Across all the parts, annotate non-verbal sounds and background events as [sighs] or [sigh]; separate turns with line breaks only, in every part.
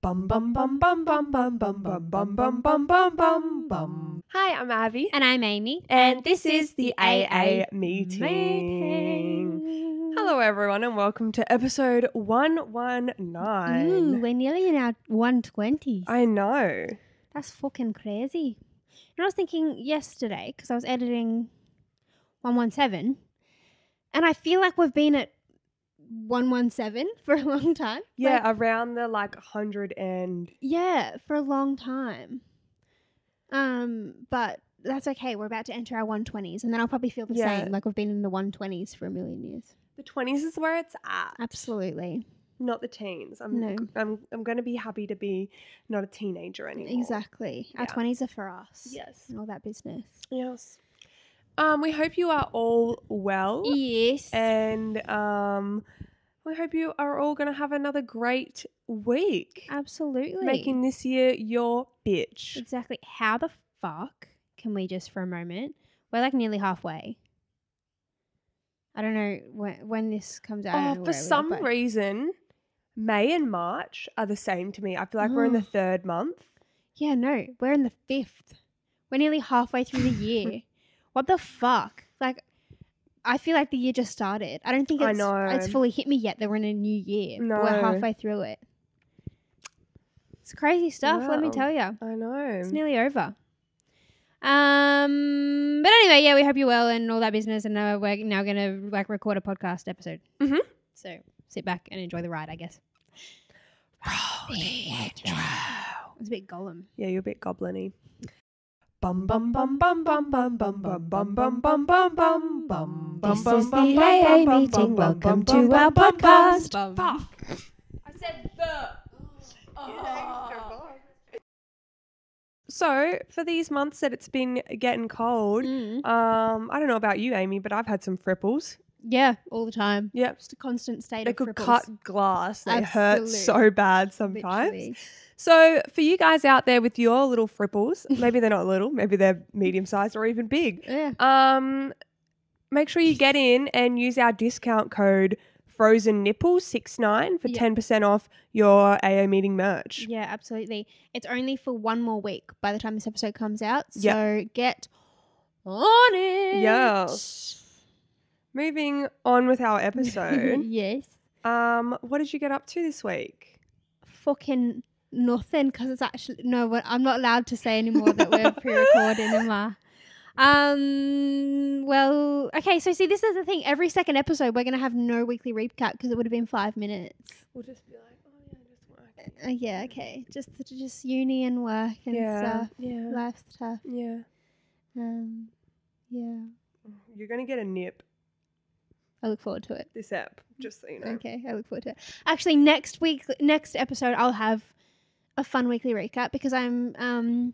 Bum bum bum bum bum bum bum bum bum bum bum bum bum bum. Hi, I'm Abby,
And I'm Amy.
and this is the AA meeting. Hello, everyone, and welcome to episode one one
Ooh,
nine.
we're nearly in our 120s.
I know.
That's fucking crazy. And I was thinking yesterday, because I was editing 117, and I feel like we've been at 117 for a long time.
[laughs] Yeah,
Like,
around the like hundred and
yeah, for a long time. Um, But that's okay. We're about to enter our 120s, and then I'll probably feel the
Yeah.
same. Like we've been in the 120s for a million years.
the twenties is where it's at.
Absolutely.
Not the teens. I'm
No.
I'm I'm gonna be happy to be not a teenager anymore.
Exactly. Our
Yeah.
20s are for us.
Yes.
And all that business.
Yes. Um, we hope you are all well.
Yes.
And um, we hope you are all going to have another great week.
Absolutely.
Making this year your bitch.
exactly how the fuck can we just for a moment? We're like nearly halfway. I don't know when, when this comes out. I don't
Oh, for
know where we are,
some
but-
reason, May and March are the same to me. I feel like we're in the
Oh.
third month.
Yeah, no, we're in the fifth. We're nearly halfway through the
[laughs]
year. what the fuck? Like, I feel like the year just started. I don't think
I
it's it's
know.
fully hit me yet that we're in a new year. but we're
No.
halfway through it. It's crazy stuff. let me
Wow.
tell you.
I know.
It's nearly over. Um, but anyway, yeah, we hope you're well and all that business, and uh, we're now gonna like record a podcast episode.
Mhm.
So sit back and enjoy the ride, I guess.
Roll the intro.
It's a bit golem.
Yeah, you're a bit goblin-y. Bum bum bum bum bum bum bum bum bum bum bum bum bum bum.
This is the AA meeting. Welcome to our podcast.
Fuck. So for these months that it's been getting cold,
Mm.
Um, I don't know about you, Amy, but I've had some fripples.
Yeah, all the time.
Yep.
Just a constant state
They
of
could
fripples.
cut glass. They hurt
Absolute.
so bad sometimes.
Literally.
So for you guys out there with your little fripples, maybe they're not little, maybe they're medium sized or even big.
Yeah.
Um, make sure you get in and use our discount code frozen nipple 69 for
Yeah.
10% off your AO meeting merch.
Yeah, absolutely. It's only for one more week by the time this episode comes out. So
Yeah.
get on it.
Yes. Moving on with [laughs] our episode.
[laughs] yes.
um, what did you get up to this week?
Fucking nothing because it's actually no. What I'm not allowed to say anymore that we're pre-recording, am I? Um. Well, okay. So see, this is the thing. Every second episode, we're gonna have no weekly recap because it would have been five minutes.
We'll just be like, oh yeah, just work.
Uh, yeah. Okay. Just just uni and work and stuff.
Yeah.
Life stuff.
yeah.
Um. Yeah.
You're going to get a nip
I look forward to it.
this app, just so you know.
Okay, I look forward to it. Actually, next week, next episode, I'll have a fun weekly recap because I'm um,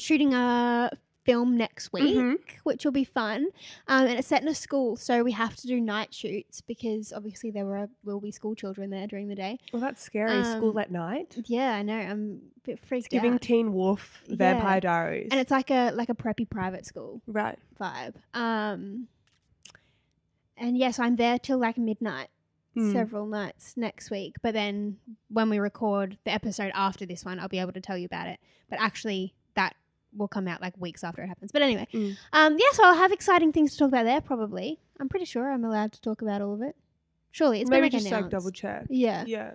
shooting a film next week,
Mhm.
which will be fun. Um, and it's set in a school, so we have to do night shoots because obviously there were will be school children there during the day.
Well, that's scary.
Um,
School at night.
Yeah, I know. I'm a bit
It's
freaked
giving
out.
Teen Wolf Vampire
Yeah.
Diaries.
and it's like a like a preppy private school
right.
vibe. Um, and yes, I'm there till like midnight.
Mm.
several nights next week. But then when we record the episode after this one, I'll be able to tell you about it. But actually, that will come out like weeks after it happens. But anyway,
Mm.
um, yeah, so I'll have exciting things to talk about there probably. I'm pretty sure I'm allowed to talk about all of it. Surely it's
Maybe
been like
just like
announced.
double check.
Yeah,
Yeah.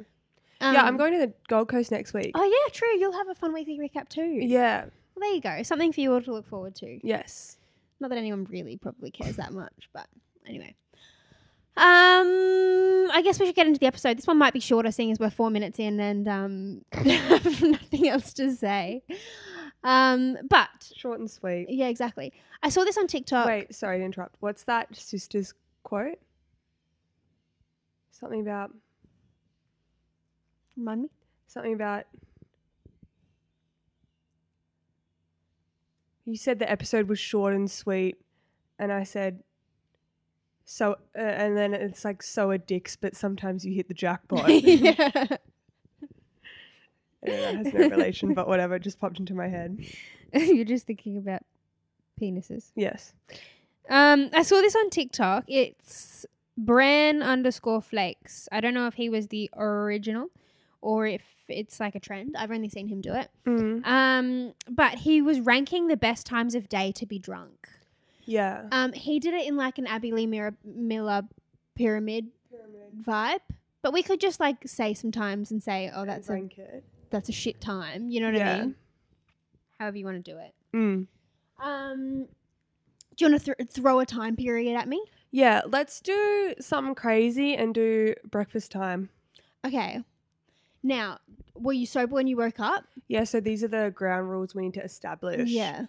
yeah, I'm
Um,
going to the Gold Coast next week.
Oh yeah, true. You'll have a fun weekly recap too.
yeah.
Well, there you go. Something for you all to look forward to.
Yes.
Not that anyone really probably cares that much, but anyway. Um, I guess we should get into the episode. This one might be shorter, seeing as we're four minutes in and um, [laughs] have nothing else to say. Um, but
Short and sweet.
yeah, exactly. I saw this on TikTok.
Wait, sorry to interrupt. What's that sister's quote? Something about
Remind me.
Something about. You said the episode was short and sweet, and I said. So uh, and then it's like so a dicks, but sometimes you hit the
[laughs]
jackpot. Anyway,
yeah.
that has no relation, but whatever. It just popped into my head.
You're just thinking about penises.
Yes.
Um, I saw this on TikTok. It's Bran underscore Flakes. I don't know if he was the original or if it's like a trend. I've only seen him do it.
Mm.
Um, but he was ranking the best times of day to be drunk.
Yeah.
Um, he did it in like an Abbey Lee Mira- Miller pyramid, vibe. But we could just like say sometimes and say, "Oh, that's a
Blanket.
that's a shit time." You know what I
Yeah.
mean? However you want to do it.
Mm.
Um, do you want to th- throw a time period at me?
Yeah. Let's do something crazy and do breakfast time.
Okay. Now, were you sober when you woke up?
Yeah, so these are the ground rules we need to establish.
Yeah.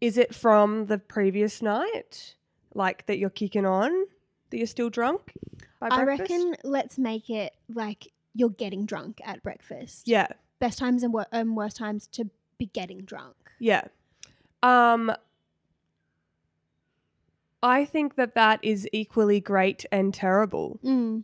Is it from the previous night, like that you're kicking on, that you're still drunk? By
I
breakfast?
reckon let's make it like you're getting drunk at breakfast.
Yeah,
Best times and wor- um, worst times to be getting drunk.
yeah. Um, I think that that is equally great and terrible.
Mm.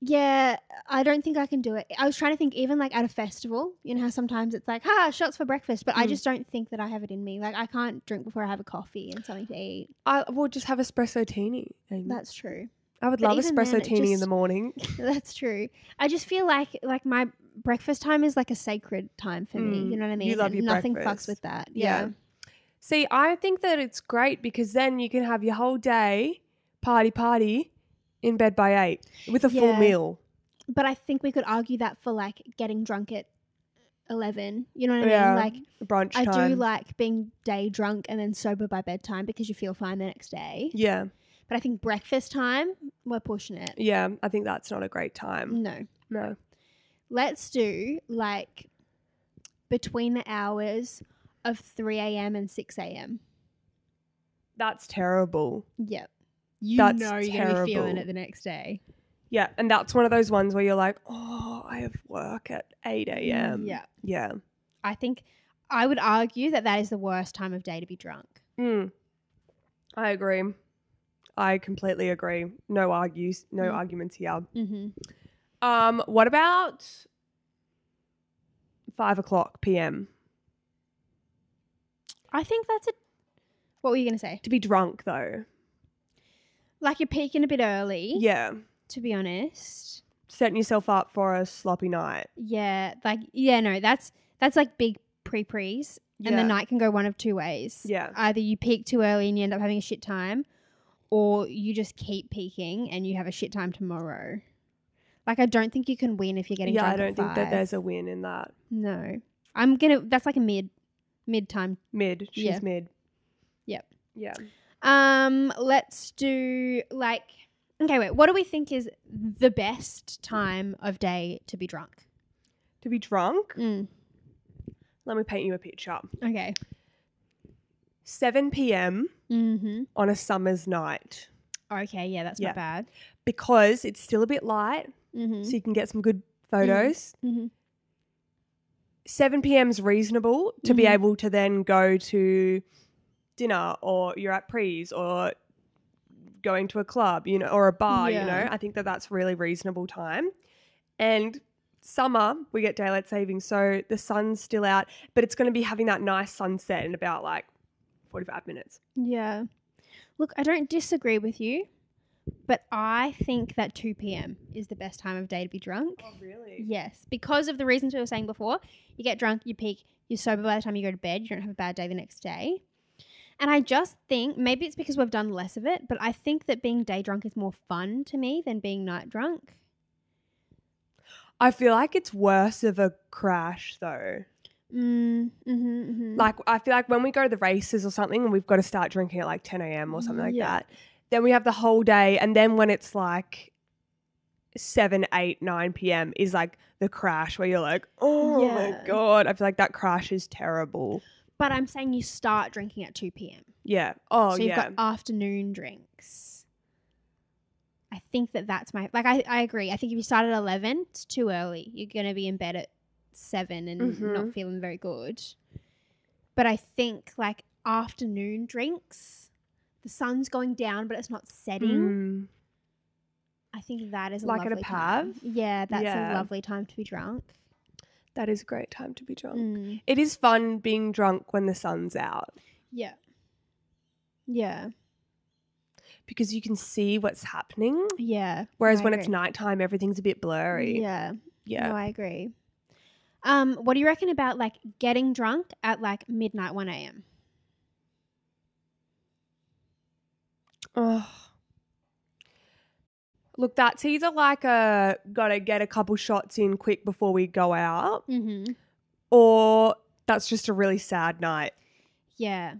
Yeah, I don't think I can do it. I was trying to think, even like at a festival, you know how sometimes it's like, ha, shots for breakfast, but I
Mm.
just don't think that I have it in me. Like, I can't drink before I have a coffee and something to eat.
I will just have espresso tini. Amy.
That's true.
I would
but
love
even then,
espresso
it
tini in
just-
the morning.
[laughs] That's true. I just feel like like my breakfast time is like a sacred time for me.
Mm,
You know what I mean?
you love
And
your
Nothing
breakfast.
fucks with that.
Yeah.
Yeah.
See, I think that it's great because then you can have your whole day party party in bed by eight with a full
Yeah.
meal.
But I think we could argue that for like getting drunk at eleven. You know what I
Yeah,
mean? Like
Brunch
I
time.
do like being day drunk and then sober by bedtime because you feel fine the next day.
yeah,
But I think breakfast time, we're pushing it.
yeah. I think that's not a great time.
No.
No.
Let's do like between the hours of three AM and six AM.
That's terrible.
Yep. You
That's
know you're gonna be feeling
terrible.
it the next day.
Yeah, and that's one of those ones where you're like, oh, I have work at 8 a.m.
Mm, Yeah.
Yeah.
I think I would argue that that is the worst time of day to be drunk.
Mm. I agree. I completely agree. No argues, no
Mm.
arguments here.
Mm-hmm.
Um, what about five o'clock p.m.
I think that's a. What were you going to say?
to be drunk though?
Like you're peaking a bit early,
Yeah,
to be honest.
setting yourself up for a sloppy night.
Yeah, like yeah, no, that's that's like big pre pre's, and the
Yeah.
night can go one of two ways.
Yeah.
either you peak too early and you end up having a shit time, or you just keep peaking and you have a shit time tomorrow. Like I don't think you can win if you're getting
yeah, I
drunk.
don't
at
think that
five.
there's a win in that.
no. I'm gonna. That's like a mid mid time
Mid, she's
Yeah.
mid.
Yep.
Yeah.
Um, let's do like okay, wait. What do we think is the best time of day to be drunk?
To be drunk,
Mm,
let me paint you a picture.
okay.
7 p.m.
Mm-hmm.
on a summer's night
Okay. Yeah, that's
Yeah.
not bad.
because it's still a bit light,
Mm-hmm.
so you can get some good photos.
Mhm.
7 p.m. is reasonable to be
Mhm.
able to then go to dinner or you're at pre's or going to a club, you know, or a bar,
Yeah.
you know. I think that that's really reasonable time. And summer, we get daylight savings, so the sun's still out, but it's going to be having that nice sunset in about like 45 minutes.
Yeah. Look, I don't disagree with you, but I think that two p.m. is the best time of day to be drunk.
really?
Yes, because of the reasons we were saying before. You get drunk, you peak, you're sober by the time you go to bed, you don't have a bad day the next day. And I just think maybe it's because we've done less of it, but I think that being day drunk is more fun to me than being night drunk.
I feel like it's worse of a crash though.
Mm, mm-hmm, mm-hmm.
Like I feel like when we go to the races or something and we've got to start drinking at like 10 a.m. or something like
Yeah.
that, then we have the whole day. And then when it's like 7, 8, 9 p.m. is like the crash where you're like, oh
Yeah.
my God. I feel like that crash is terrible.
but I'm saying you start drinking at 2 p.m.
Yeah. Oh,
so you've
yeah.
got afternoon drinks. I I think that that's my like. I, I agree. I think if you start at eleven, it's too early. You're gonna be in bed at seven and not
Mhm.
feeling very good. But I think like afternoon drinks, the sun's going down, but it's not setting.
Mm.
I think that is a
Like at a
lovely time.
pav?
Yeah, that's a
Yeah.
lovely time to be drunk.
That is a great time to be drunk.
Mm.
It is fun being drunk when the sun's out
Yeah, yeah,
because you can see what's happening.
yeah.
Whereas
I
when
agree.
it's nighttime, everything's a bit blurry.
yeah.
Yeah.
No, I agree. Um, what do you reckon about like getting drunk at like midnight, one a.m.?
Oh. Look, that's either like a gotta get a couple shots in quick before we go out,
Mm-hmm.
or that's just a really sad night.
Yeah,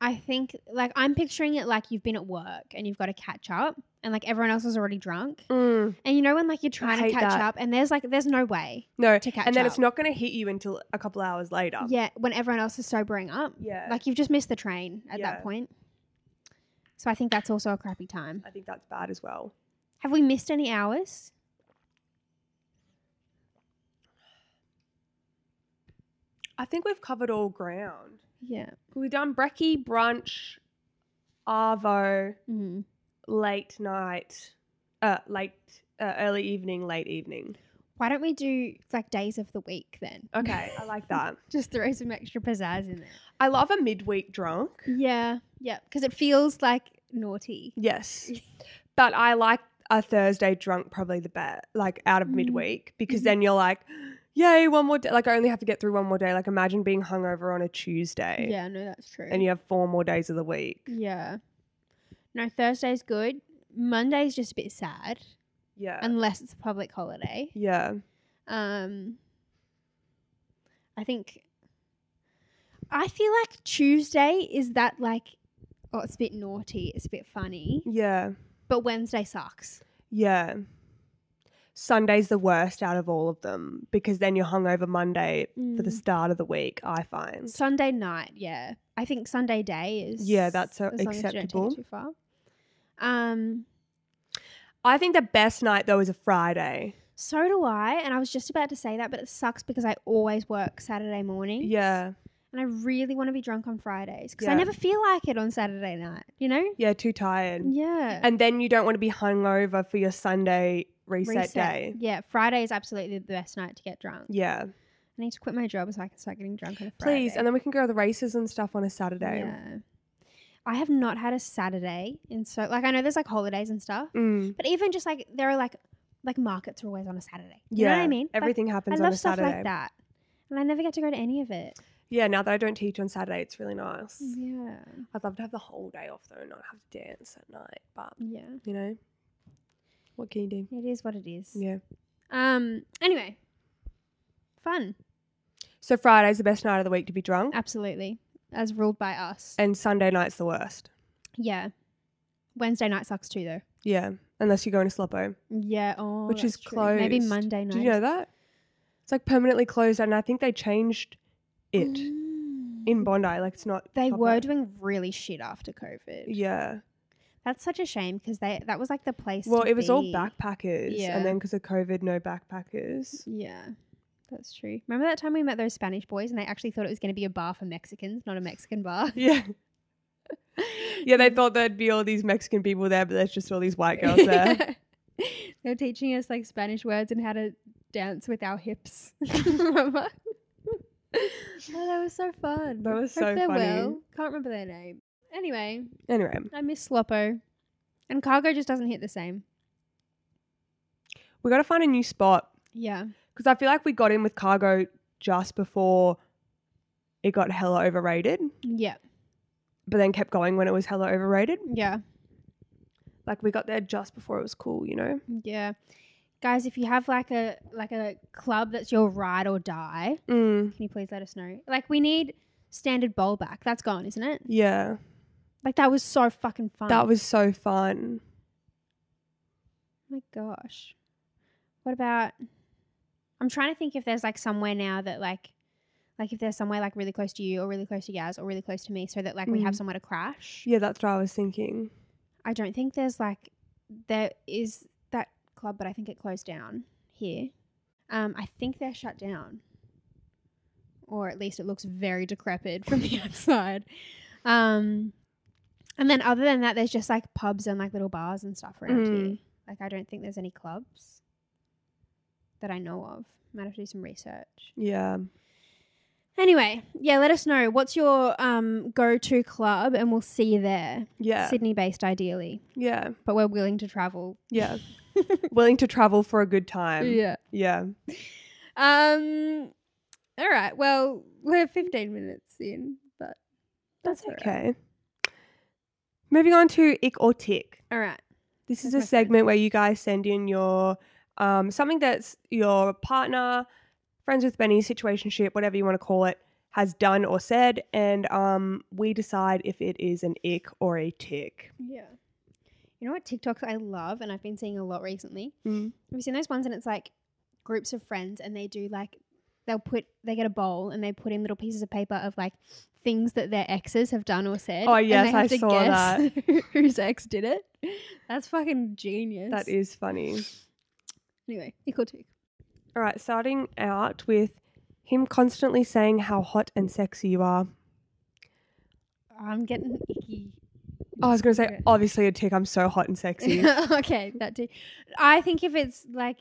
I think like I'm picturing it like you've been at work and you've got to catch up, and like everyone else is already drunk, and you know when like you're trying to
hate
catch
that.
up, and there's like there's no way.
No,
To catch
and then it's
up.
not going to hit you until a couple hours later.
Yeah, when everyone else is sobering up,
Yeah.
like you've just missed the train at
Yeah.
that point. So I think that's also a crappy time.
I think that's bad as well.
Have we missed any hours?
I think we've covered all ground.
Yeah.
We've done brekkie, brunch, arvo,
Mm.
late night, uh, late, uh, early evening, late evening.
Why don't we do like days of the week then?
Okay, I
[laughs]
like that.
Just throw some extra pizzazz in there.
I love a midweek drunk.
Yeah, yeah, because it feels like naughty.
Yes. [laughs] But I like a Thursday drunk probably the best, like out of
Mm.
midweek, because
Mhm.
then you're like, yay, one more day. Like, I only have to get through one more day. Like, imagine being hungover on a Tuesday
Yeah, no, that's true.
and you have four more days of the week.
yeah, no, Thursday's good. Monday's just a bit sad
Yeah.
unless it's a public holiday.
yeah.
Um, I think I feel like Tuesday is that like oh, it's a bit naughty, it's a bit funny,
Yeah.
but Wednesday sucks.
Yeah. Sunday's the worst out of all of them because then you're hungover Monday for the
Mm.
start of the week, I find.
Sunday night, yeah. I think Sunday day is
Yeah, that's, uh,
as long as you don't take it
acceptable.
too far. Um,
I think the best night though is a Friday.
so do I, and I was just about to say that, but it sucks because I always work Saturday morning.
Yeah.
and I really want to be drunk on Fridays because I
Yeah.
never feel like it on Saturday night. You know?
Yeah, too tired.
Yeah.
And then you don't want to be hungover for your Sunday reset, day.
Yeah, Friday is absolutely the best night to get drunk.
Yeah.
I need to quit my job so I can start getting drunk on a Friday.
Please. And then we can go to the races and stuff on a Saturday.
Yeah. I have not had a Saturday in so like I know there's like holidays and stuff,
Mm.
but even just like there are like like markets are always on a Saturday. You know what I mean? Like,
Everything happens
I
on
love
a
stuff
Saturday.
like that, and I never get to go to any of it.
Yeah, now that I don't teach on Saturday, it's really nice.
Yeah.
I'd love to have the whole day off though and not have to dance at night. But
Yeah.
you know, what can you do?
It is what it is.
Yeah.
Um. Anyway. Fun.
So Friday's the best night of the week to be drunk,
Absolutely. As ruled by us.
and Sunday night's the worst.
Yeah. Wednesday night sucks too, though.
Yeah, unless you're going to Sloppo.
Yeah. Oh,
Which
that's
is
true. Maybe
closed.
Monday night.
Did you know that? It's like permanently closed, and I think they changed it
Mm.
in Bondi. Like it's not.
They
proper.
were doing really shit after COVID.
Yeah.
That's such a shame because they that was like the place.
Well,
to
it was all
be.
backpackers,
Yeah.
and then because of COVID, no
[laughs]
backpackers.
Yeah, that's true. Remember that time we met those Spanish boys and they actually thought it was going to be a bar for Mexicans, not a Mexican bar.
Yeah. yeah, they thought there'd be all these Mexican people there, but there's just all these white girls
[laughs]
there. [laughs]
They're teaching us like Spanish words and how to dance with our hips. [laughs] Remember? oh, that was so fun.
That was
Hope
so
they're
funny.
well. Can't remember their name. Anyway,
Anyway,
I miss Sloppo. And cargo just doesn't hit the same.
we got to find a new spot
Yeah.
because I feel like we got in with cargo just before it got hella overrated,
Yeah.
but then kept going when it was hella overrated.
Yeah.
Like we got there just before it was cool, you know?
Yeah. Guys, if you have like a like a club that's your ride or die,
Mm,
can you please let us know? Like we need standard bowl back. That's gone, isn't it?
yeah,
Like that was so fucking fun.
that was so fun.
my gosh. What about I'm trying to think if there's like somewhere now that like like if there's somewhere like really close to you or really close to Yaz or really close to me so that like we have
Mm.
somewhere to crash.
Yeah, that's what I was thinking.
I don't think there's like there is that club, but I think it closed down here. Um, I think they're shut down, or at least it looks very decrepit from [laughs] the outside. Um, and then other than that, there's just like pubs and like little bars and stuff around
Mm.
here. Like I don't think there's any clubs that I know of. Might have to do some research.
Yeah.
Anyway, yeah, let us know what's your um, go-to club, and we'll see you there.
Yeah.
Sydney-based, ideally,
Yeah.
but we're willing to travel.
Yeah. Willing to travel for a good time.
yeah.
Yeah.
Um. All right. Well, we're 15 minutes in, but that's all right.
Okay. Moving on to ick or tick.
All right.
This is
That's my
a
favorite.
segment where you guys send in your um, something that's your partner, friends with Benny, situationship, whatever you want to call it, has done or said, and um, we decide if it is an ick or a tick.
Yeah. You know what TikToks I love, and I've been seeing a lot recently.
Mm.
Have you seen those ones? And it's like groups of friends, and they do like they'll put they get a bowl and they put in little pieces of paper of like things that their exes have done or said.
Oh,
and they
yes,
have
I
to
saw
guess [laughs] whose ex did it? That's fucking genius.
That is funny.
anyway equal tick.
All right, starting out with him constantly saying how hot and sexy you are.
I'm getting icky.
Oh, I was going to say,
Okay.
obviously a tick. I'm so hot and
[laughs]
sexy.
okay, that did. I think if it's like,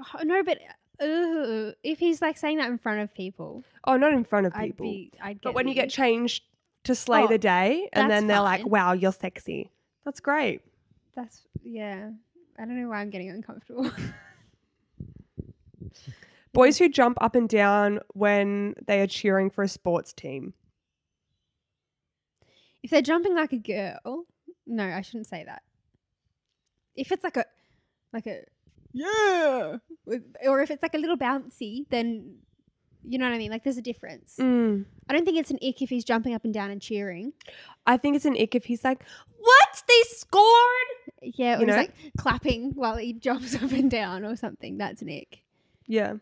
oh, no, but uh, if he's like saying that in front of people,
oh, not in front of
I'd
people.
be, I'd get.
But when you
really-
get changed to slay
Oh,
the day, and
that's
then they're like,
fine. Mm.
"Wow, you're sexy." That's great.
that's yeah. I don't know why I'm getting uncomfortable. [laughs]
Boys who jump up and down when they are cheering for a sports team.
if they're jumping like a girl, no, I shouldn't say that. If it's like a, like a, yeah, with- or if it's like a little bouncy, then you know what I mean. Like there's a difference.
Mm.
I don't think it's an ick if he's jumping up and down and cheering.
I think it's an ick if he's like, "What? They scored!"
Yeah, or
You
he's
know?
like clapping while he jumps [laughs] up and down or something. That's Nick.
Yeah.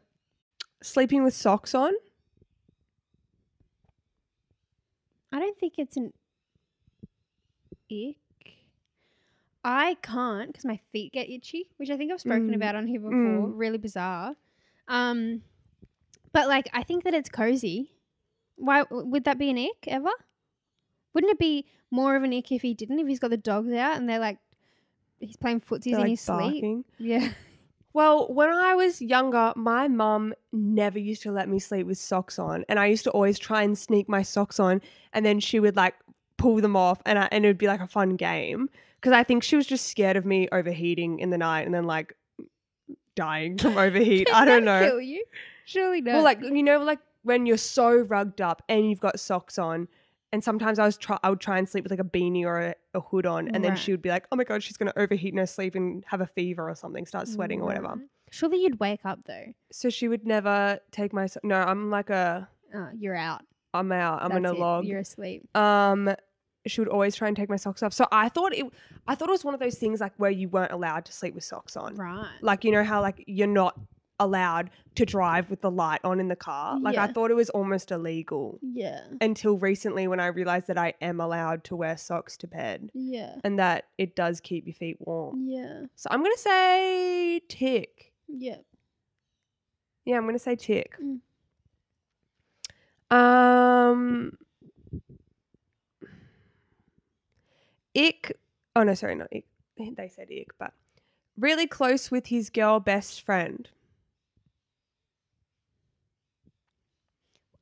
Sleeping with socks on.
I don't think it's an ick. I can't because my feet get itchy, which I think I've spoken
Mm.
about on here before.
Mm.
Really bizarre. Um, but like, I think that it's cozy. Why would that be an ick ever? Wouldn't it be more of an ick if he didn't? If he's got the dogs out and they're like, he's playing footsies
They're,
in
like,
his sleep.
barking.
Yeah.
Well, when I was younger, my mum never used to let me sleep with socks on, and I used to always try and sneak my socks on, and then she would like pull them off, and I, and it would be like a fun game because I think she was just scared of me overheating in the night and then like dying from overheat. I don't
That'd
know.
Kill you? Surely not.
Well, like you know, like when you're so rugged up and you've got socks on. And sometimes I was try I would try and sleep with like a beanie or a, a hood on, and then
Right.
she would be like, "Oh my god, she's gonna overheat in her sleep and have a fever or something, start sweating
Mm.
or whatever."
Right. Mm-hmm. Surely you'd wake up though.
So she would never take my. so- No, I'm like a.
Uh, you're out.
I'm out. I'm in a
That's it.
log.
You're asleep.
Um, she would always try and take my socks off. So I thought it. I thought it was one of those things like where you weren't allowed to sleep with socks on.
Right.
Like you know how like you're not allowed to drive with the light on in the car. Like I
Yeah.
thought it was almost illegal
Yeah.
until recently when I realized that I am allowed to wear socks to bed
Yeah.
and that it does keep your feet warm.
Yeah.
So I'm gonna say tick.
Yeah.
Yeah, I'm gonna say tick.
Mm.
Um, ick. Oh no, sorry, not ick. [laughs] They said ick, but really close with his girl best friend.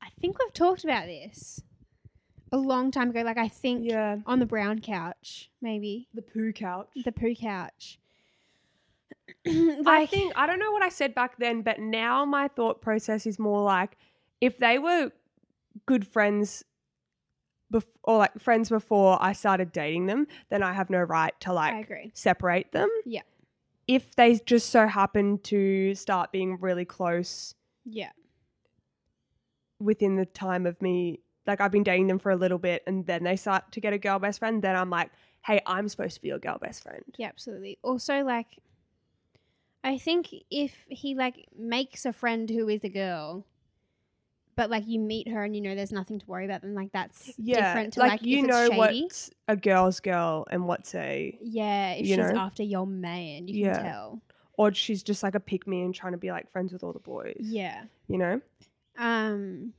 I think we've talked about this a long time ago. Like I think
Yeah,
on the brown couch, maybe
the poo couch.
the poo couch. [clears throat]
I
like
think I don't know what I said back then, but now my thought process is more like if they were good friends. Bef- or like friends before I started dating them, then I have no right to like
I agree.
separate them.
Yeah.
If they just so happen to start being really close
Yeah.
within the time of me, like I've been dating them for a little bit and then they start to get a girl best friend, then I'm like, hey, I'm supposed to be your girl best friend.
Yeah, absolutely. Also, like, I think if he like makes a friend who is a girl, but like you meet her and you know there's nothing to worry about, then like that's
yeah,
different to
like,
like, if
you
it's
know
shady.
what's a girl's girl and what's a
Yeah, if
you
she's
know?
after your man, you
Yeah.
can tell.
or she's just like a pick me and trying to be like friends with all the boys.
Yeah.
you know.
Um.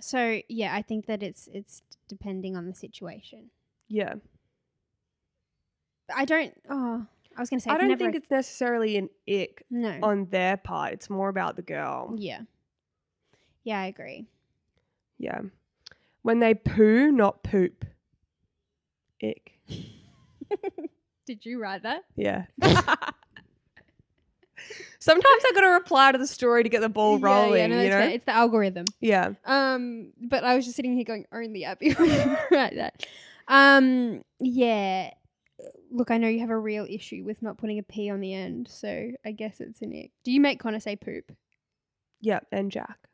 So yeah, I think that it's it's depending on the situation.
Yeah,
But I don't. Oh, I was gonna say
I
it's
don't
never
think
a-
it's necessarily an ick
no.
on their part. It's more about the girl.
yeah. Yeah, I agree.
Yeah, when they poo, not poop. Ick.
Did you write that?
Yeah. [laughs] Sometimes I gotta reply to the story to get the ball rolling. you know.
it's the algorithm.
Yeah.
Um, but I was just sitting here going, only [laughs] Abby would write that. Um, yeah. Look, I know you have a real issue with not putting a P on the end, so I guess it's an ick. Do you make Connor say poop?
Yeah, and Jack.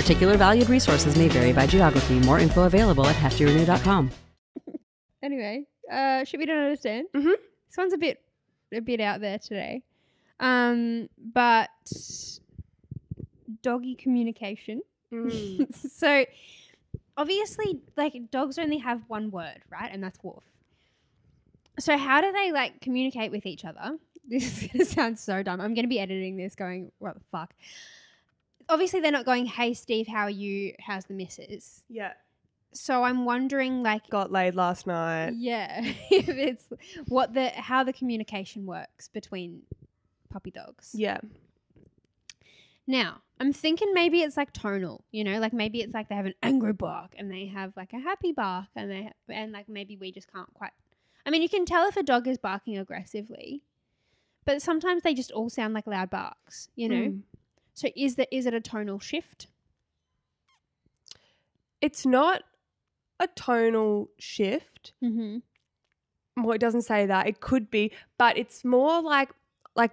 Particular valued resources may vary by geography. More info available at heftyrenew.com.
Anyway, uh, shit we don't understand.
Mhm.
This one's a bit, a bit out there today. Um, but doggy communication.
Mm.
[laughs] so obviously like dogs only have one word right and that's wolf so how do they like communicate with each other [laughs] this is gonna sound so dumb i'm gonna be editing this going what the fuck obviously they're not going hey steve how are you how's the missus
[laughs] yeah.
so i'm wondering like
Got laid last night.
yeah [laughs] if it's what the how the communication works between puppy dogs
Yeah.
Now, I'm thinking maybe it's like tonal, you know, like maybe it's like they have an angry bark and they have like a happy bark and they ha- and like maybe we just can't quite. I mean, you can tell if a dog is barking aggressively, but sometimes they just all sound like loud barks, you know.
Mm.
So is that is it a tonal shift?
It's not a tonal shift.
Mm-hmm.
Well, it doesn't say that. It could be, but it's more like like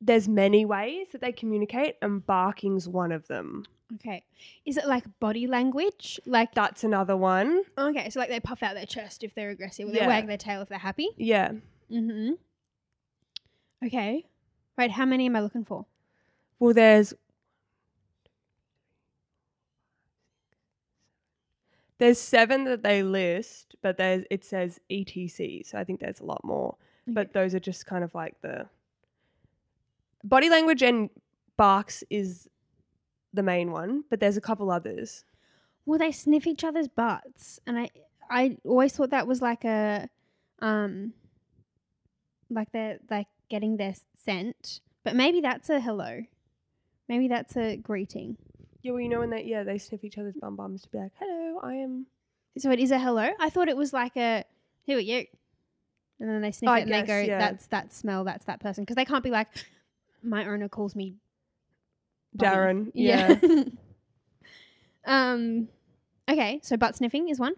there's many ways that they communicate and barking's one of them.
Okay, is it like body language? Like
That's another one.
okay, so like they puff out their chest if they're aggressive, or
Yeah.
they wag their tail if they're happy.
Yeah.
Mm-hmm. Okay, right. How many am I looking for?
Well, there's there's seven that they list, but there's it says etc. So I think there's a lot more, but those are just kind of like the body language and barks is the main one, but there's a couple others.
Well, they sniff each other's butts, and I I always thought that was like a um like they're like getting their s- scent, but maybe that's a hello, maybe that's a greeting.
Yeah, well, you know when they yeah they sniff each other's bum bums to be like, "Hello, I am."
So it is a hello. I thought it was like a who are you, and then they sniff
I
it and
guess,
they go,
yeah.
that's that smell, that's that person, because they can't be like my owner calls me Bummy.
Darren. [laughs] Yeah.
[laughs] um. Okay, so butt sniffing is one.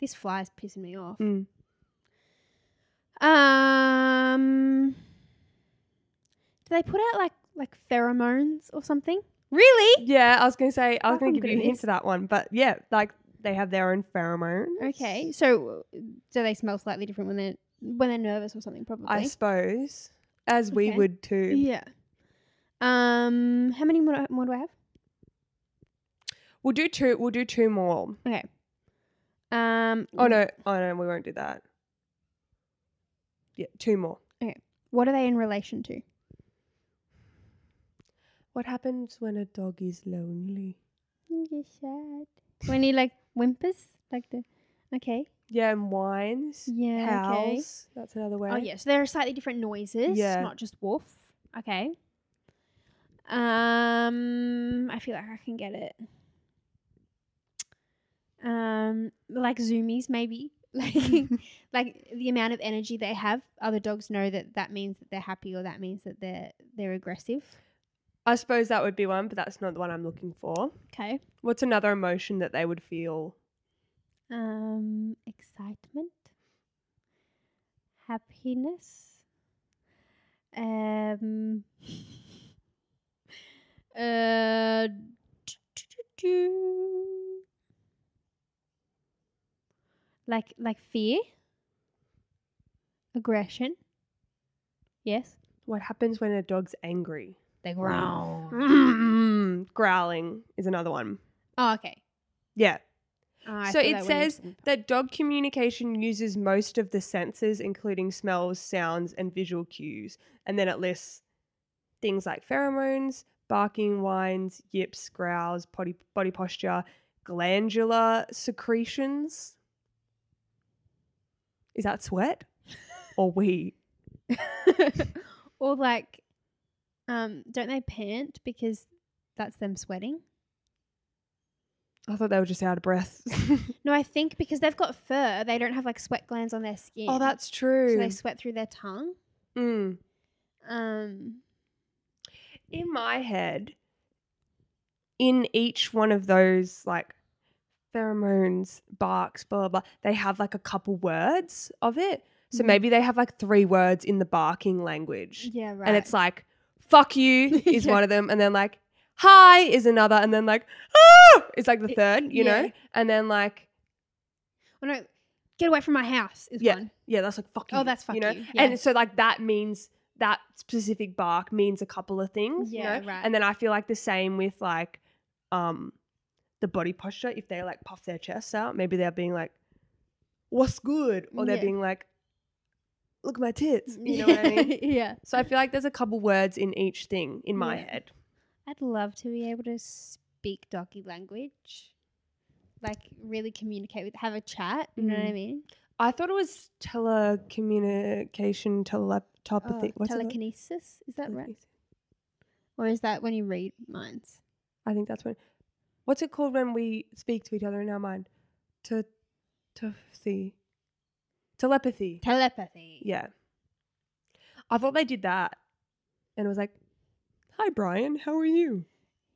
This fly is pissing me off.
Mm.
Um, do they put out like like pheromones or something? Really?
Yeah, I was gonna say I was
Oh,
gonna
I'm
give
good
you a
at
hint
this.
to that one, but yeah, like they have their own pheromones.
Okay. So, uh, do they smell slightly different when they're when they're nervous or something? Probably.
I suppose, as we
Okay.
would too.
yeah. Um, how many more do I- more do I have?
We'll do two. We'll do two more.
Um,
Oh no! Oh no! We won't do that. Yeah, two more.
What are they in relation to?
What happens when a dog is lonely?
You're sad. When he like whimpers, like the. Okay.
Yeah, and whines.
Yeah, okay.
howls. That's another way.
Oh yeah, so there are slightly different noises,
Yeah.
not just woof. Okay. Um, I feel like I can get it. Um, like zoomies, maybe [laughs] like like the amount of energy they have. Other dogs know that that means that they're happy or that means that they're they're aggressive.
I suppose that would be one, but that's not the one I'm looking for.
Okay.
What's another emotion that they would feel?
Um, excitement, happiness, um, [laughs] uh, like like fear, aggression. Yes,
What happens when a dog's angry? [laughs]
they growl.
Growling is another one.
Oh, okay.
Yeah.
Oh, I
so it
thought that went into
says
something.
that dog communication uses most of the senses, including smells, sounds, and visual cues. And then it lists things like pheromones, barking, whines, yips, growls, body, body posture, glandular secretions. Is that
[laughs]
sweat or wee?
[laughs] or like um don't they pant because that's them sweating
I thought they were just out of
[laughs]
breath. Oh,
no i think because they've got fur they don't have like sweat glands on their skin
Oh, that's
so
true.
they sweat through their tongue
Mm.
um
in my head, in each one of those like pheromones, barks, blah blah, blah they have like a couple words of it. So
Mhm.
maybe they have like three words in the barking language,
yeah Mm-hmm. right
and it's like "fuck
[laughs]
you" is
Yeah.
one of them, and then like "hi" is another, and then like "ah" is like the
It-
third, you know,
yeah.
and then like
oh, no, get away from my house is
Yeah.
one
yeah, that's like "fuck
Oh,
you,"
that's fuck
you know,
you, yeah.
and so like that means that specific bark means a couple of things, you know?
yeah right
And then I feel like the same with like um the body posture. If they like puff their chests out, maybe they're being like, What's good? Or they're
Yeah.
being like, Look at my tits. [laughs]
[laughs]
You know what I mean?
yeah
So I feel like there's a couple words in each thing in my
Yeah.
head.
i'd love to be able to speak doggy language like really communicate with have a chat you know
Mm.
what i mean
I thought it was telecommunication, telep- telepathy.
Oh,
What's it called?
telekinesis is that right or is that when you read minds
I think that's when. What's it called when we speak to each other in our mind? Te- telepathy. Telepathy.
telepathy
Yeah. I thought they did that. And it was like, Hi Brian, how are you?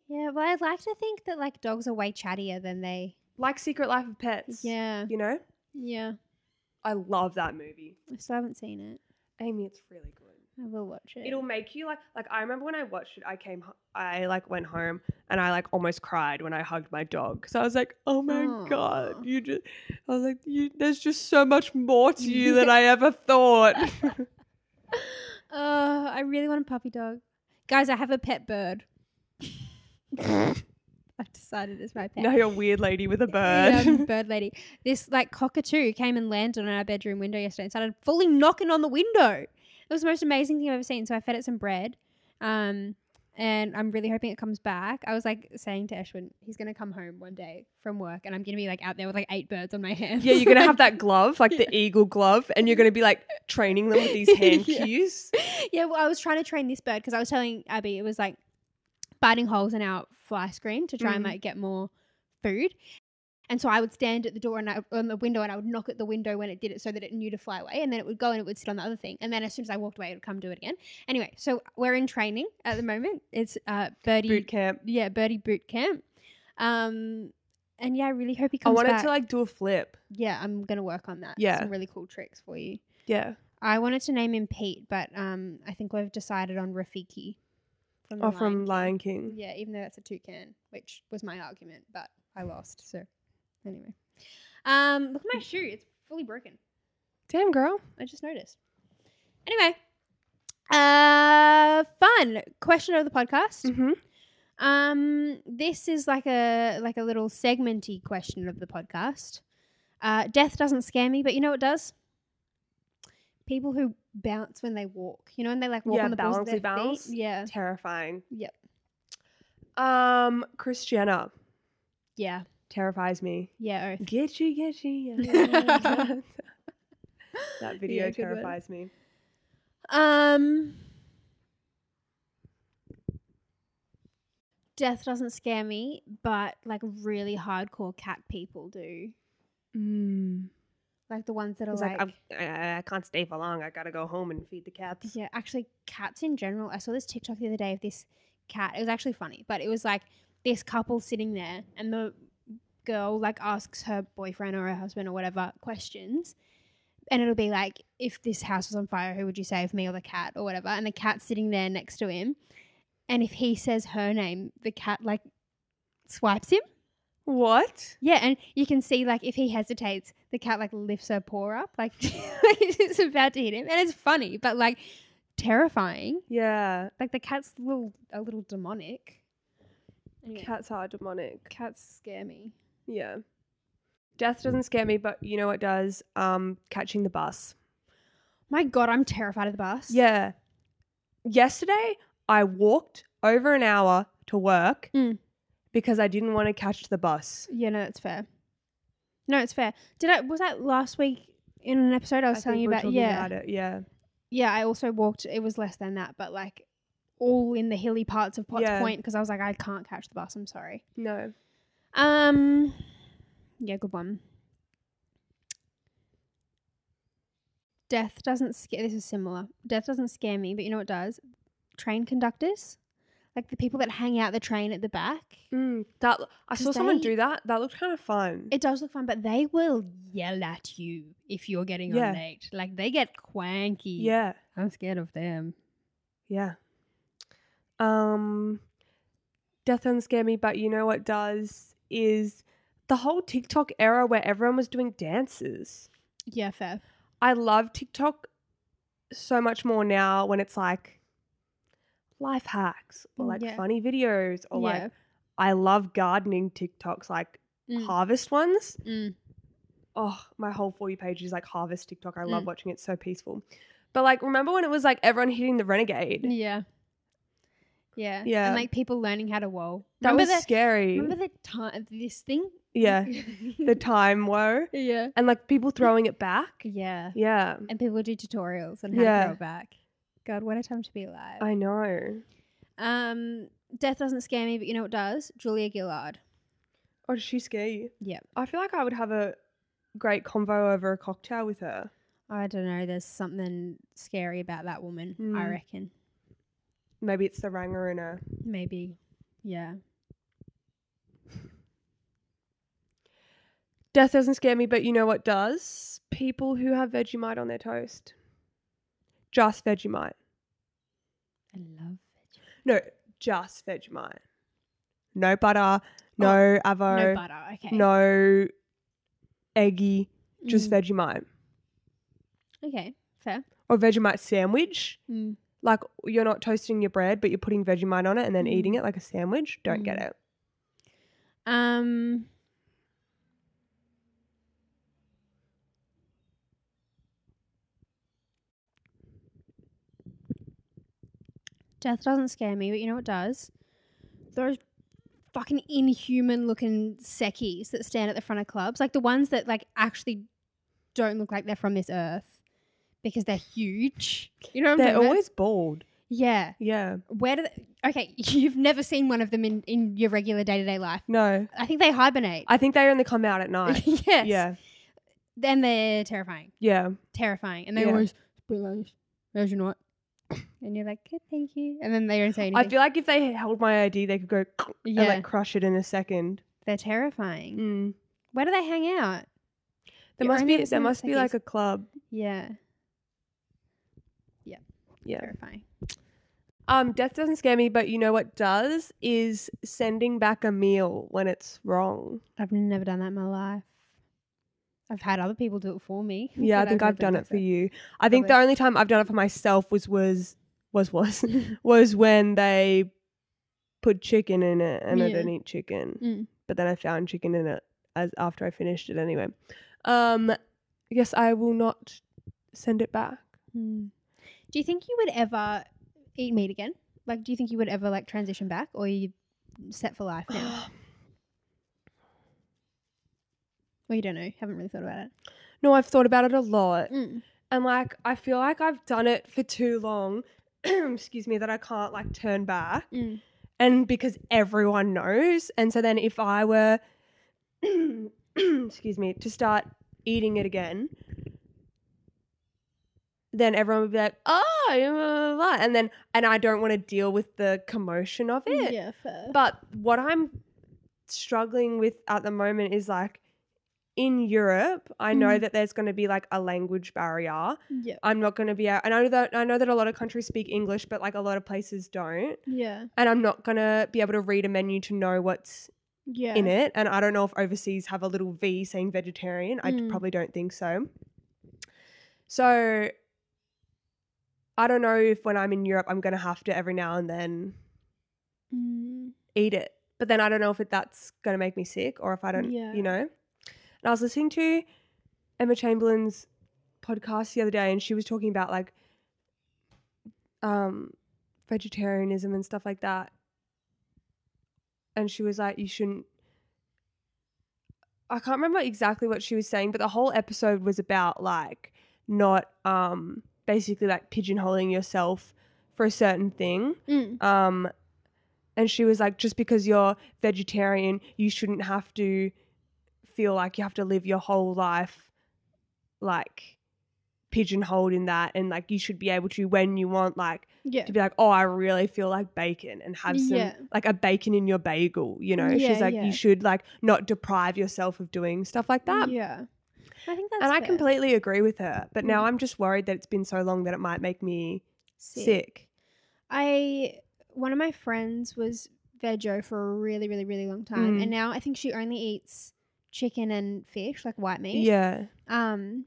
Yeah, well, I'd like to think that like dogs are way chattier than they.
Like Secret Life of Pets.
Yeah,
You know?
yeah.
I love that movie.
I still haven't seen it.
Amy, it's really good.
I will watch it.
It'll make you like like I remember when I watched it, I came ho- I like went home and I like almost cried when I hugged my dog. So I was like, "Oh my
Aw.
god, you just I was like, you there's just so much more to you [laughs] than I ever [laughs] thought."
Oh, I really want a puppy dog. Guys, I have a pet [laughs] bird. I've decided it's my pet.
now you're a weird lady [laughs] with a
Yeah,
bird.
I'm a bird lady. This like cockatoo came and landed on our bedroom window yesterday and started fully knocking on the window. It was the most amazing thing I've ever seen. So I fed it some bread. Um, and I'm really hoping it comes back. I was like saying to Ashwin, he's gonna come home one day from work and I'm gonna be like out there with like eight birds on my [laughs] hands.
Yeah, you're gonna have [laughs] that glove, like the eagle glove, and you're gonna be like training them [laughs] with these hand
Yeah.
cues.
[laughs] yeah, well, I was trying to train this bird because I was telling Abby it was like biting holes in our fly screen to try and
Mhm.
like get more food. And so I would stand at the door and I, on the window and I would knock at the window when it did it so that it knew to fly away. And then it would go and it would sit on the other thing. And then as soon as I walked away, it would come do it again. Anyway, so we're in training at the moment. It's uh, birdie,
Boot camp.
yeah, birdie boot camp. Um, and yeah, I really hope he
I
comes
wanted
back.
to like do a flip.
yeah, I'm gonna work on that.
Yeah.
some really cool tricks for you.
Yeah.
I wanted to name him Pete, but um, I think we've decided on Rafiki. From
Or Oh, from Lion
King.
King.
Yeah, even though that's a toucan, which was my argument, but I lost. So, anyway. Um, look at my shoe. It's fully broken.
Damn girl.
I just noticed. Anyway. Uh, fun question of the podcast.
Mm-hmm.
Um, this is like a like a little segmenty question of the podcast. Uh, death doesn't scare me, but you know what does? People who bounce when they walk. You know, and they like walk
Yeah,
on the balls of their
balancey bounce.
feet. Yeah,
Terrifying.
Yep.
Um, Chris Jenner
yeah,
terrifies me.
yeah. Oath.
Get you, get you. yeah. [laughs]
[laughs]
that video
Yeah, good one.
terrifies me.
Um, death doesn't scare me, but like really hardcore cat people do.
Mm.
Like the ones that are
It's like,
like,
I'm- I, I can't stay for long. I gotta go home and feed the cats.
Yeah, actually, cats in general. I saw this TikTok the other day of this cat. It was actually funny, but it was like this couple sitting there, and the girl like asks her boyfriend or her husband or whatever questions, and it'll be like, if this house was on fire, who would you save, me or the cat or whatever? And the cat's sitting there next to him, and if he says her name, the cat like swipes him.
What?
Yeah, and you can see like if he hesitates, the cat like lifts her paw up, like [laughs] like it's about to hit him, and it's funny, but like terrifying.
Yeah.
Like the cat's a little a little demonic. Anyway,
Cats are demonic.
cats scare me.
Yeah.
Mm.
Death doesn't scare me, but you know what does? Um, catching the bus.
My God, I'm terrified of the bus.
Yeah. Yesterday, I walked over an hour to work
Mm.
because I didn't want to catch the bus.
Yeah, no, that's fair. No, it's fair. Did I was that last week in an episode I was telling
think
you
we were
about?
talking
Yeah,
about it. Yeah.
yeah. I also walked. It was less than that, but like all in the hilly parts of Potts Point
Yeah.
'cause Point because I was like, I can't catch the bus. I'm sorry.
No.
Um, yeah, good one. Death doesn't scare. This is similar. Death doesn't scare me, but you know what does? Train conductors, like the people that hang out the train at the back.
Mm, that I
Does
saw someone
they-
do that. That looked kind of fun.
It does look fun, but they will yell at you if you're getting
Yeah.
on late. Like they get cranky.
yeah.
I'm scared of them.
Yeah. Um, death doesn't scare me, but you know what does is the whole TikTok era where everyone was doing dances.
Yeah, fair.
I love TikTok so much more now when it's like life hacks or like
Mm, Yeah.
funny videos or
Yeah.
like I love gardening TikToks, like
Mm.
harvest ones.
Mm.
Oh, my whole for you page is like harvest TikTok. I love
Mm.
watching it. It's so peaceful. But like, remember when it was like everyone hitting the renegade?
Yeah. Yeah.
Yeah.
And like people learning how to roll.
That
remember
was
the,
scary.
Remember the time this thing? [laughs]
yeah, the time woe
yeah.
and like people throwing it back.
Mm. Yeah.
Yeah,
And people do tutorials on how to
Yeah.
throw it back. God, what a time to be alive.
I know.
um, death doesn't scare me, but you know what does? Julia Gillard.
Oh, does she scare you?
Yeah.
I feel like I would have a great convo over a cocktail with her.
I don't know. There's something scary about that woman. I
Mm.
reckon.
Maybe it's the ranger in her.
Maybe. Yeah.
Death doesn't scare me, but you know what does? People who have Vegemite on their toast. Just Vegemite.
I love vegetable.
No, just Vegemite. No butter, no
Oh, no
avo,
butter. Okay.
no eggy, just
Mm,
Vegemite.
okay. Fair.
Or Vegemite sandwich.
Mm.
Like you're not toasting your bread, but you're putting Vegemite on it and then
Mm.
eating it like a sandwich. Don't get
Mm.
it.
Um. Death doesn't scare me, but you know what does? Those fucking inhuman looking seckies that stand at the front of clubs, like the ones that like actually don't look like they're from this earth because they're huge. You know what I'm
They're
talking about?
always bald.
Yeah.
Yeah.
Where do they, okay, [laughs] you've never seen one of them in, in your regular day to day life.
No.
I think they hibernate.
I think they only come out at night.
[laughs] yes.
Yeah.
Then they're terrifying.
Yeah.
Terrifying. And they
Yeah.
always be like, there's your night. [coughs] And you're like, good, thank you. And then they don't say
I
anything.
feel like if they held my ID, they could go [laughs]
yeah.
and like crush it in a second.
they're terrifying.
Mm.
Where do they hang out?
There
Yeah,
must
only
be
if
there
someone
must be
sees.
like a club.
Yeah. Yeah.
Yeah.
Terrifying.
Um, death doesn't scare me, but you know what does is sending back a meal when it's wrong.
I've never done that in my life. I've had other people do it for me.
Yeah, I
but
think
never
I've done it for
myself.
you. I think the
Probably.
only time I've done it for myself was was was
[laughs]
was [laughs] was when they put chicken in it, and I
Yeah.
don't eat chicken.
Mm.
But then I found chicken in it as after I finished it anyway. Um, yes, I will not send it back.
Mm. Do you think you would ever eat meat again? Like, do you think you would ever like transition back, or you set for life now? [sighs] well, you don't know. Haven't really thought about it.
No, I've thought about it a lot.
Mm.
And like I feel like I've done it for too long, [clears throat] excuse me, that I can't like turn back.
Mm.
And because everyone knows. And so then if I were [clears throat] excuse me, to start eating it again, then everyone would be like, oh, blah, blah, blah, blah," and then and I don't want to deal with the commotion of it.
Yeah, fair.
But what I'm struggling with at the moment is like in Europe, I know
Mhm.
that there's going to be like a language barrier.
yeah.
I'm not going to be. a- I know that I know that a lot of countries speak English, but like a lot of places don't.
Yeah.
And I'm not going to be able to read a menu to know what's
Yeah.
in it. And I don't know if overseas have a little V saying vegetarian. I d-
Mm.
probably don't think so. So I don't know if when I'm in Europe, I'm going to have to every now and then
Mm.
eat it. But then I don't know if it, that's going to make me sick or if I don't,
Yeah.
you know. And I was listening to Emma Chamberlain's podcast the other day and she was talking about like um vegetarianism and stuff like that. And she was like you shouldn't I can't remember exactly what she was saying, but the whole episode was about like not um basically like pigeonholing yourself for a certain thing
Mm.
um and she was like just because you're vegetarian you shouldn't have to feel like you have to live your whole life like pigeonholed in that and like you should be able to when you want like
Yeah.
to be like oh i really feel like bacon and have some
Yeah.
like a bacon in your bagel you know
Yeah,
she's like
yeah.
you should like not deprive yourself of doing stuff like that
Yeah. I think that's
and i
fair.
completely agree with her but now
Mm.
i'm just worried that it's been so long that it might make me
Sick.
sick
I one of my friends was veggie for a really, really, really long time,
Mm.
and now I think she only eats chicken and fish, like white meat.
yeah
Um,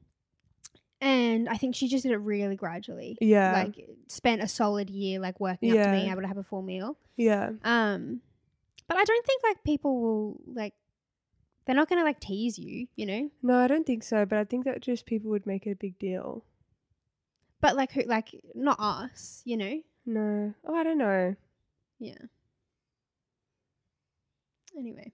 and I think she just did it really gradually.
yeah
Like spent a solid year like working up to being
Yeah.
able to have a full meal.
yeah
Um, but I don't think like people will like they're not gonna like tease you, you know.
No, I don't think so, but I think that just people would make it a big deal.
But like who like not us, you know.
No. Oh, I don't know.
Anyway,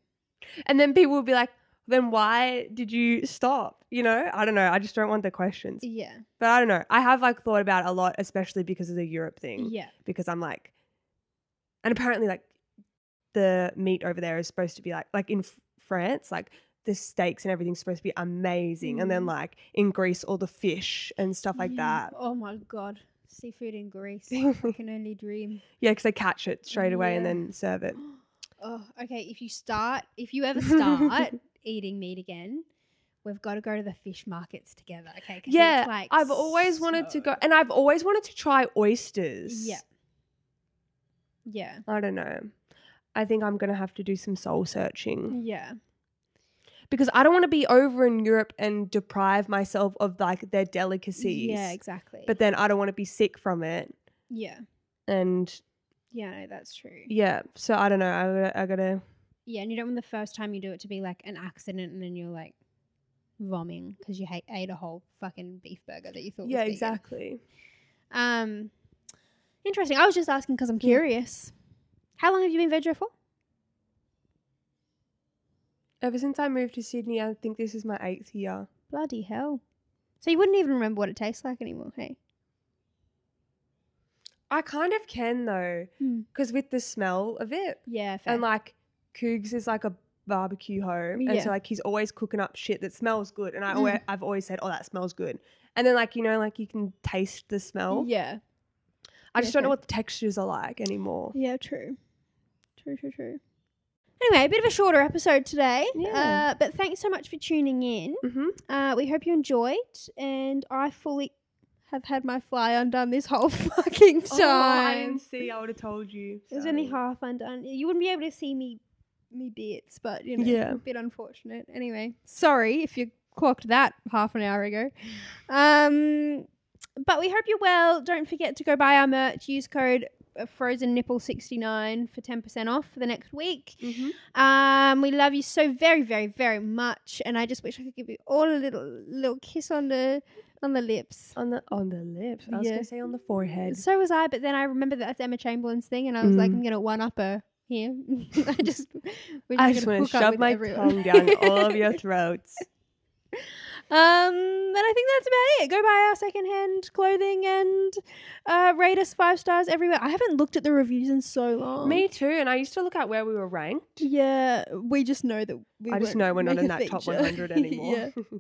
And then people would be like, then why did you stop? You know? I don't know. I just don't want the questions.
yeah,
But I don't know. I have like thought about it a lot, especially because of the Europe thing.
yeah,
Because I'm like and apparently like the meat over there is supposed to be like like in F- France, like the steaks and everything's supposed to be amazing. And then
Mm.
like in Greece all the fish and stuff like
Yeah.
that.
Oh my god, seafood in Greece,
[laughs]
I can only dream.
Yeah, because they catch it straight away and
Yeah.
then serve it.
Oh, okay. If you start, if
[laughs]
you ever start eating meat again, we've got to go to the fish markets together. Okay. 'Cause it's,
Yeah,
like,
I've always wanted to
so-
go, and I've always wanted to try oysters.
Yeah. Yeah.
I don't know. I think I'm gonna have to do some soul searching
Yeah.
because I don't want to be over in Europe and deprive myself of like their delicacies.
Yeah. Exactly.
But then I don't want to be sick from it,
yeah.
and
Yeah. No, that's true.
yeah. So I don't know. I gotta, I gotta
Yeah, and you don't want the first time you do it to be like an accident, and then you're like vomiting because you ha- ate a whole fucking beef burger that you thought. was
yeah,
vegan.
exactly.
Um, interesting. I was just asking because I'm curious. How long have you been veggie for?
Ever since I moved to Sydney, I think this is my eighth year.
Bloody hell! So you wouldn't even remember what it tastes like anymore, hey?
I kind of can though,
Hmm.
because with the smell of it,
Yeah,
And like Coogs is like a barbecue home. And
Yeah.
so like he's always cooking up shit that smells good. And I
Mm.
always, I've always said, Oh, that smells good. And then like, you know, like you can taste the smell.
yeah,
I just
yeah,
don't know
fair.
what the textures are like anymore.
yeah, true, true, true, true. Anyway, a bit of a shorter episode today,
Yeah.
uh, but thanks so much for tuning in.
hmm
Uh, we hope you enjoyed, and I fully have had my fly undone this whole [laughs] fucking
Oh, I
time.
didn't see. I would have told you.
it was only
Sorry.
half undone. You wouldn't be able to see me, me bits, but you know,
Yeah.
a bit unfortunate. Anyway, sorry if you clocked that half an hour ago. Um, but we hope you're well. Don't forget to go buy our merch. Use code Frozen Nipple sixty nine for ten percent off for the next week.
Mhm.
Um, we love you so very, very, very much, and I just wish I could give you all a little, little kiss on the, on the lips.
On the on the lips. I was
Yeah.
gonna say on the forehead.
So was I, but then I remember that that's Emma Chamberlain's thing, and I was like,
Mm.
I'm gonna one up her here. [laughs]
[laughs]
I just, we're
I just
gonna
want to
hook up
shove
with
my [laughs]
everyone.
tongue down all of your throats.
Um, and I think that's about it. Go buy our secondhand clothing and uh, rate us five stars everywhere. I haven't looked at the reviews in so long.
Me too. And I used to look at where we were ranked.
Yeah, we just know that. We
I just
won't
know we're not
make
in
a
that top
feature.
100 [laughs] anymore.
yeah.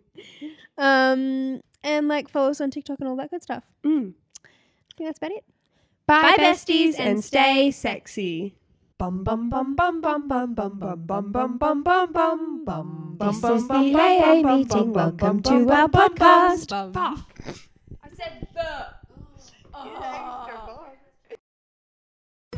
Um, and like follow us on TikTok and all that good stuff.
Mm.
I think that's about it.
Bye,
besties, and stay
sexy.
Bum bum bum bum bum bum bum bum bum bum bum bum bum bum. This is the AA meeting. Welcome to our podcast.